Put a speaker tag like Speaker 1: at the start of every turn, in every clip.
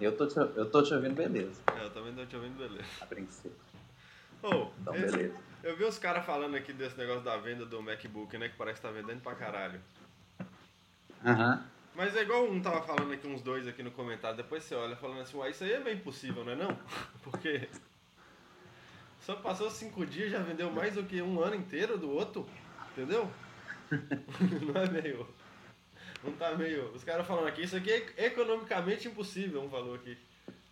Speaker 1: Eu tô, te, eu tô te ouvindo, beleza.
Speaker 2: É, eu também tô te ouvindo, beleza.
Speaker 1: A princípio.
Speaker 2: Ô,
Speaker 1: Então,
Speaker 2: esse-
Speaker 1: beleza.
Speaker 2: eu vi os caras falando aqui desse negócio da venda do MacBook, né? Que parece que tá vendendo pra caralho.
Speaker 1: Aham.
Speaker 2: Mas é igual um tava falando aqui, uns dois aqui no comentário, depois você olha falando assim, uai, isso aí é meio impossível, não é não? Porque só passou cinco dias já vendeu mais do que um ano inteiro do outro, entendeu? não é meio... Não tá meio... Os caras falando aqui, isso aqui é economicamente impossível, um falou aqui.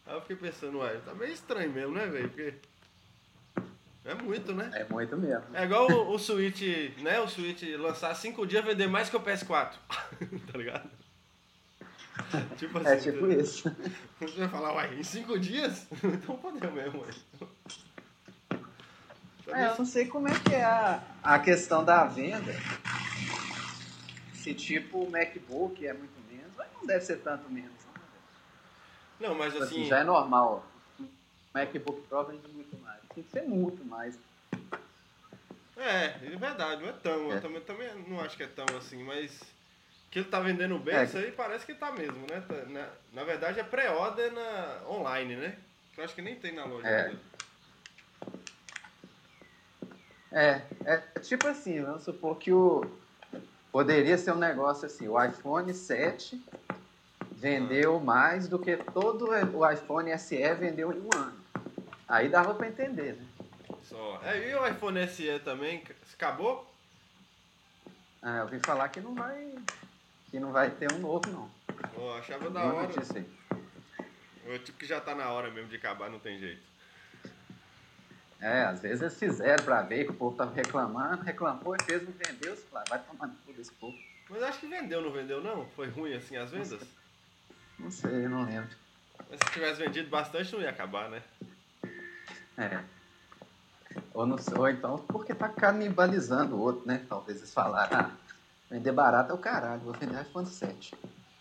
Speaker 2: Aí eu fiquei pensando, uai, tá meio estranho mesmo, né, velho? Porque... É muito, né?
Speaker 1: É muito mesmo.
Speaker 2: É igual o, o Switch, né? O Switch lançar cinco dias vender mais que o PS4. tá ligado? Tipo assim.
Speaker 1: É tipo
Speaker 2: né?
Speaker 1: isso.
Speaker 2: Você vai falar, uai, em cinco dias? então podeu mesmo, ué. Tá
Speaker 1: É, eu
Speaker 2: bem-
Speaker 1: não sei como é que é a, a questão da venda. Se tipo o MacBook é muito menos, mas não deve ser tanto menos. não.
Speaker 2: Não, mas
Speaker 1: Tipo assim,
Speaker 2: assim.
Speaker 1: já é normal. ó. O MacBook Pro vende muito mais. Tem que ser muito mais.
Speaker 2: É, é verdade, não é tão. Eu
Speaker 1: É.
Speaker 2: também, também não acho que é tão assim, mas. Que ele tá vendendo bem,
Speaker 1: É.
Speaker 2: isso aí parece que tá mesmo, né? Tá- Na, na verdade é pré-order na- online, né? Que eu acho que nem tem na loja.
Speaker 1: É.
Speaker 2: ainda.
Speaker 1: É, é tipo assim, vamos supor que o. Poderia ser um negócio assim, o iPhone 7 vendeu mais do que todo o iPhone SE vendeu em um ano. Aí dava pra entender, né?
Speaker 2: Só. É, e o iPhone SE também? Acabou?
Speaker 1: Ah, eu ouvi falar que não vai. Que não vai ter um novo, não.
Speaker 2: Pô, achava da
Speaker 1: Não
Speaker 2: hora.
Speaker 1: notícia aí.
Speaker 2: Eu, tipo que já tá na hora mesmo de acabar, não tem jeito.
Speaker 1: É, às vezes eles fizeram pra ver que o povo tava reclamando, reclamou e fez, não vendeu, sei lá, vai tomar no cu desse povo.
Speaker 2: Mas acho que vendeu, não vendeu não? Foi ruim assim as vendas?
Speaker 1: Não sei, não lembro.
Speaker 2: Mas se tivesse vendido bastante não ia acabar, né?
Speaker 1: É. Ou, não, sei- ou então porque tá canibalizando o outro, né? Talvez eles falaram, ah, vender barato é o caralho, vou vender iPhone 7.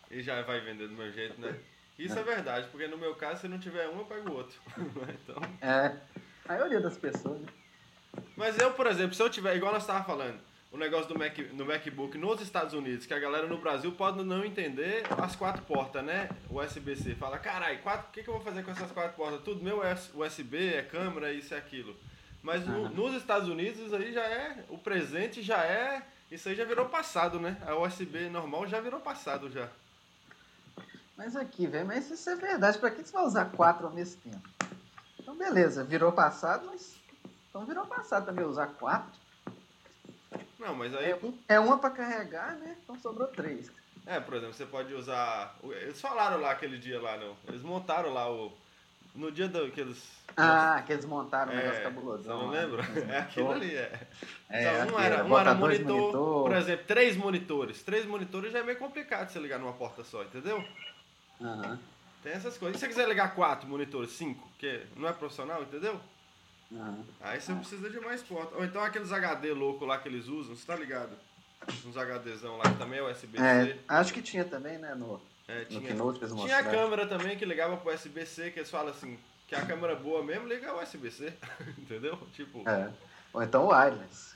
Speaker 2: E já vai vender do meu jeito, né? Isso é verdade, porque no meu caso, se não tiver um, eu pego o outro. então...
Speaker 1: É, a maioria das pessoas, né?
Speaker 2: Mas eu, por exemplo, se eu tiver, igual nós estávamos falando, o negócio do, Mac, do MacBook nos Estados Unidos, que a galera no Brasil pode não entender as quatro portas, né? USB-C. Fala, carai, quatro- o que, que eu vou fazer com essas quatro portas? Tudo meu é USB, é câmera, isso e aquilo. Mas no-
Speaker 1: Aham.
Speaker 2: nos Estados Unidos, isso aí já é, o presente já é, isso aí já virou passado, né? A USB normal já virou passado já.
Speaker 1: Mas aqui, velho, mas isso é verdade, pra que você vai usar quatro ao mesmo tempo? Então beleza, virou passado, mas. Então virou passado também usar quatro.
Speaker 2: Não, mas aí
Speaker 1: É, um- é uma pra carregar, né? Então sobrou três.
Speaker 2: É, por exemplo, você pode usar. Eles falaram lá aquele dia lá, não. Eles montaram lá o. No dia do, que eles.
Speaker 1: Ah, que eles montaram um negócio
Speaker 2: é, você
Speaker 1: cabulosão.
Speaker 2: não
Speaker 1: lá.
Speaker 2: lembra? É aquilo ali, é.
Speaker 1: É,
Speaker 2: então, um
Speaker 1: aqui,
Speaker 2: era, um
Speaker 1: bota
Speaker 2: era
Speaker 1: dois
Speaker 2: monitor,
Speaker 1: monitor.
Speaker 2: por exemplo, três monitores. Três monitores já é meio complicado você ligar numa porta só, entendeu?
Speaker 1: Aham,
Speaker 2: Tem essas coisas. E se você quiser ligar quatro monitores, cinco, que não é profissional, entendeu?
Speaker 1: aham.
Speaker 2: Aí você precisa de mais porta. Ou então aqueles HD louco lá que eles usam, você tá ligado? Uns HDzão lá, que também é USB-C.
Speaker 1: É, acho que tinha também, né? No,
Speaker 2: É,
Speaker 1: no Keynote eles
Speaker 2: Tinha a
Speaker 1: mostraram.
Speaker 2: câmera também que ligava pro USB-C, que eles falam assim, que a câmera boa mesmo liga ao USB-C, entendeu? Tipo,
Speaker 1: É. Ou então o wireless.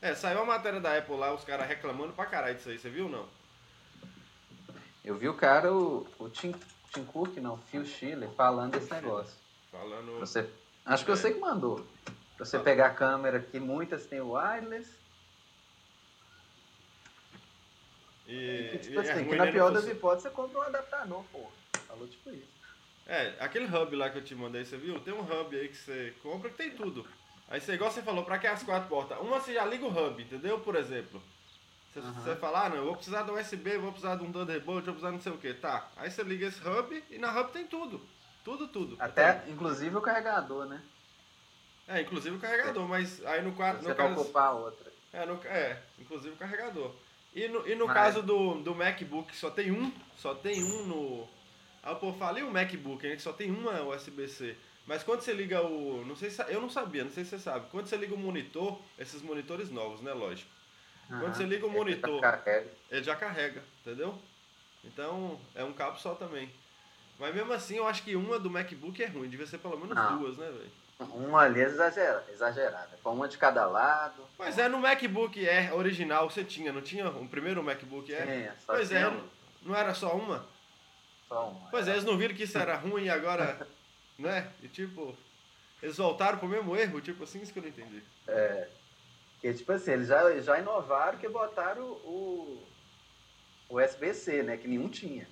Speaker 2: é, saiu a matéria da Apple lá, os caras reclamando pra caralho disso aí, você viu ou não?
Speaker 1: Eu vi o cara, o, o Tim, Tim Cook, não, Phil Schiller, falando desse negócio.
Speaker 2: Falando,
Speaker 1: Você, acho
Speaker 2: É.
Speaker 1: que eu sei que mandou. Pra
Speaker 2: Ah.
Speaker 1: você pegar a câmera que muitas têm wireless.
Speaker 2: e,
Speaker 1: que,
Speaker 2: e
Speaker 1: tipo
Speaker 2: é
Speaker 1: assim,
Speaker 2: ruim,
Speaker 1: que
Speaker 2: né,
Speaker 1: na pior
Speaker 2: não
Speaker 1: das
Speaker 2: funciona.
Speaker 1: hipóteses você compra um adaptador, pô. Falou tipo isso.
Speaker 2: É, aquele hub lá que eu te mandei, você viu? Tem um hub aí que você compra que tem tudo. Aí você, igual você falou, pra que as quatro portas? Uma você já liga o hub, entendeu? Por exemplo. Você,
Speaker 1: Aham.
Speaker 2: você fala, ah, não, eu vou precisar do USB, vou precisar de um Thunderbolt, vou precisar de não sei o que, tá. Aí você liga esse hub e na hub tem tudo. Tudo, tudo.
Speaker 1: Até, inclusive, o carregador, né?
Speaker 2: É, inclusive o carregador, mas aí Ah, no quarto.
Speaker 1: Você
Speaker 2: No
Speaker 1: vai
Speaker 2: caso,
Speaker 1: ocupar a outra.
Speaker 2: é, no- é, inclusive o carregador. E no, e no
Speaker 1: Mas-
Speaker 2: caso do, do MacBook, só tem um, só tem um no. Aí o povo fala, e o MacBook, né? Que só tem uma USB-C. Mas quando você liga o. Não sei se, eu não sabia, não sei se você sabe. Quando você liga o monitor, esses monitores novos, né? Lógico. Quando você liga o
Speaker 1: Aham. Ele
Speaker 2: monitor.
Speaker 1: Carrega.
Speaker 2: Ele já carrega, entendeu? Então é um cabo só também. Mas mesmo assim, eu acho que uma do MacBook é ruim. Devia ser pelo menos
Speaker 1: Não.
Speaker 2: duas, né, velho?
Speaker 1: Uma ali é exagera- exagerada. Põe uma de cada lado.
Speaker 2: Pois é, no MacBook Air original você tinha, não tinha? O primeiro MacBook Air?
Speaker 1: Tinha, só
Speaker 2: É. pois é,
Speaker 1: tinha
Speaker 2: não- não era só uma?
Speaker 1: Só um.
Speaker 2: Pois é, eles não viram que isso era ruim e agora, né? E tipo, eles voltaram pro mesmo erro, tipo assim, isso que eu não entendi.
Speaker 1: Porque, tipo assim, eles já, já inovaram que botaram o, o SBC, né? Que nenhum tinha.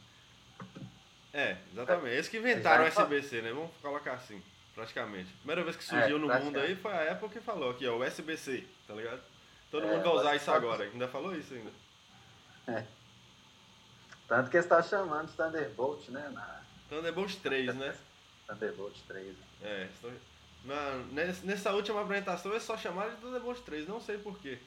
Speaker 2: É, exatamente. Eles que inventaram o
Speaker 1: Exato.
Speaker 2: SBC, né? Vamos colocar assim, praticamente. Primeira vez que surgiu
Speaker 1: É,
Speaker 2: no mundo
Speaker 1: praticamente.
Speaker 2: aí foi a Apple que falou aqui, ó, o SBC, tá ligado? Todo
Speaker 1: É,
Speaker 2: mundo vai usar
Speaker 1: agora
Speaker 2: isso
Speaker 1: tá-
Speaker 2: agora. Ainda falou isso ainda.
Speaker 1: Tanto que eles estão chamando de Thunderbolt, né? Na
Speaker 2: Thunderbolt 3, né?
Speaker 1: Thunderbolt 3.
Speaker 2: É, estão... Na, nes- nessa última apresentação eles só chamaram de Thunderbolt 3, não sei porquê.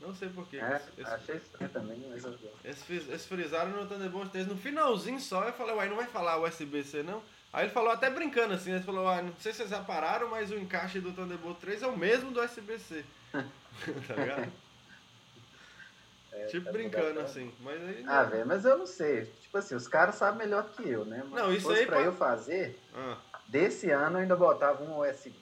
Speaker 2: Não sei porquê.
Speaker 1: É,
Speaker 2: Eles,
Speaker 1: achei estranho também, mas eu
Speaker 2: eles fiz- eles frisaram no Thunderbolt 3 no finalzinho só. Eu falei, uai, não vai falar USB-C não? Aí ele falou até brincando assim, ele falou, ah, não sei se vocês repararam, mas o encaixe do Thunderbolt 3 é o mesmo do USB-C. tá ligado? tipo
Speaker 1: tá
Speaker 2: brincando
Speaker 1: ligado.
Speaker 2: assim, mas aí não.
Speaker 1: Ah, velho, mas eu não sei. Tipo assim, os caras sabem melhor que eu, né? Mas
Speaker 2: Não,
Speaker 1: se
Speaker 2: isso
Speaker 1: fosse
Speaker 2: aí
Speaker 1: pra
Speaker 2: pode-
Speaker 1: eu fazer,
Speaker 2: Ah,
Speaker 1: desse ano eu ainda botava um USB,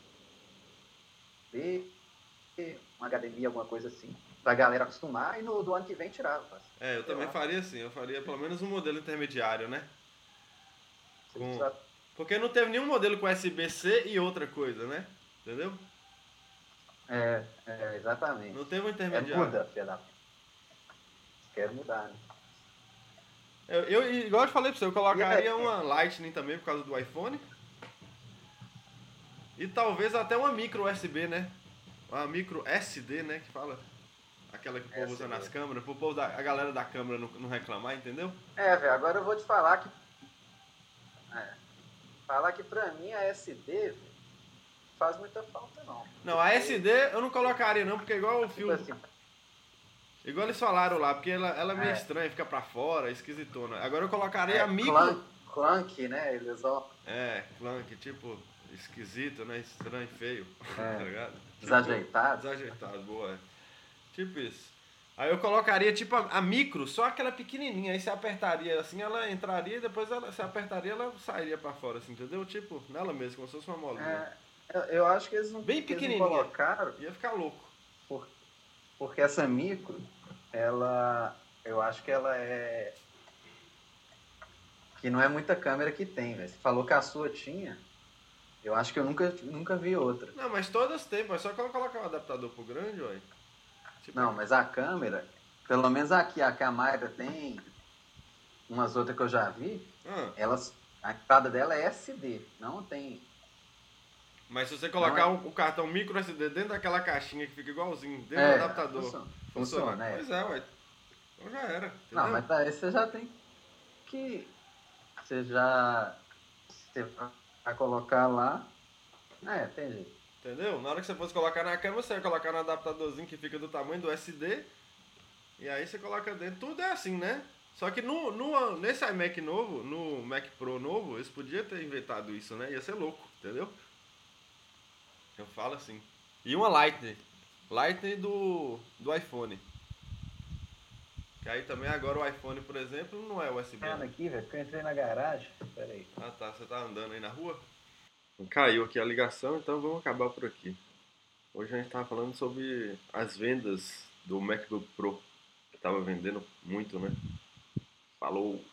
Speaker 1: uma academia, alguma coisa assim, pra galera acostumar e no do ano que vem tirava. assim.
Speaker 2: é, eu também
Speaker 1: lá.
Speaker 2: faria assim, eu faria pelo menos um modelo intermediário, né?
Speaker 1: Você
Speaker 2: Bom.
Speaker 1: só-
Speaker 2: Porque não teve nenhum modelo com USB-C e outra coisa, né? Entendeu?
Speaker 1: É, é, exatamente.
Speaker 2: Não teve um
Speaker 1: É,
Speaker 2: intermediário.
Speaker 1: muda, filha da puta. Quero mudar, né?
Speaker 2: Eu, eu, igual eu te falei pra você, eu colocaria
Speaker 1: É.
Speaker 2: uma Lightning também por causa do iPhone. E talvez até uma micro USB, né? Uma micro SD, né? Que fala. Aquela que o povo usa
Speaker 1: SD.
Speaker 2: nas câmeras, pro povo da, a galera da câmera não, não reclamar, entendeu?
Speaker 1: É, velho, agora eu vou te falar que. é, falar que pra mim a SD, velho, não faz muita falta, não.
Speaker 2: Não, a SD eu não colocaria não, porque é igual o
Speaker 1: Tipo
Speaker 2: filme.
Speaker 1: assim,
Speaker 2: Igual eles falaram lá, porque ela, ela é meio
Speaker 1: É.
Speaker 2: estranha, fica pra fora, esquisitona. Agora eu colocaria a micro.
Speaker 1: clunk, clunk, é, né? Eles vão
Speaker 2: É, clunk, tipo, esquisito, né? Estranho, feio. tá ligado?
Speaker 1: desajeitados.
Speaker 2: Desajeitado, boa. é. Tipo isso. Aí eu colocaria, tipo, a, a micro, só aquela pequenininha. Aí você apertaria assim, ela entraria e depois ela, você apertaria, ela sairia pra fora, assim, entendeu? Tipo, nela mesmo, como se fosse uma molinha.
Speaker 1: É, eu, eu acho que eles não,
Speaker 2: Bem
Speaker 1: eles não
Speaker 2: pequenininha.
Speaker 1: colocaram,
Speaker 2: Ia ficar louco.
Speaker 1: porque essa micro, ela. Eu acho que ela é. Que não é muita câmera que tem, velho. Você falou que a sua tinha. Eu acho que eu nunca, nunca vi outra.
Speaker 2: Não, mas todas têm, pô. É só colocar um adaptador pro grande, ué. Tipo,
Speaker 1: Não, mas a câmera, pelo menos aqui, a que a Mayra tem, umas outras que eu já vi,
Speaker 2: ah,
Speaker 1: elas, a entrada dela é SD, não tem.
Speaker 2: mas se você colocar
Speaker 1: Não é.
Speaker 2: o, o cartão micro SD dentro daquela caixinha que fica igualzinho, dentro
Speaker 1: é,
Speaker 2: do um adaptador.
Speaker 1: Funciona, funciona, é.
Speaker 2: Pois é, ué. Então já era. Entendeu?
Speaker 1: Não, mas tá, aí você já tem que. Você já. Você vai colocar lá. É, tem jeito.
Speaker 2: Entendeu? Na hora que você fosse colocar na câmera, você ia colocar no adaptadorzinho que fica do tamanho do SD. E aí você coloca dentro. Tudo é assim, né? Só que no, no, nesse iMac novo, no Mac Pro novo, eles podiam ter inventado isso, né? Ia ser louco, entendeu? Eu falo assim. E uma Lightning. Lightning do, do iPhone. Que aí também agora o iPhone, por exemplo, não é USB. né?
Speaker 1: aqui, velho, porque eu entrei na garagem. Peraí.
Speaker 2: Ah tá, você tá andando aí na rua? Caiu aqui a ligação, então vamos acabar por aqui. Hoje a gente tava falando sobre as vendas do MacBook Pro, que tava vendendo muito, né? Falou!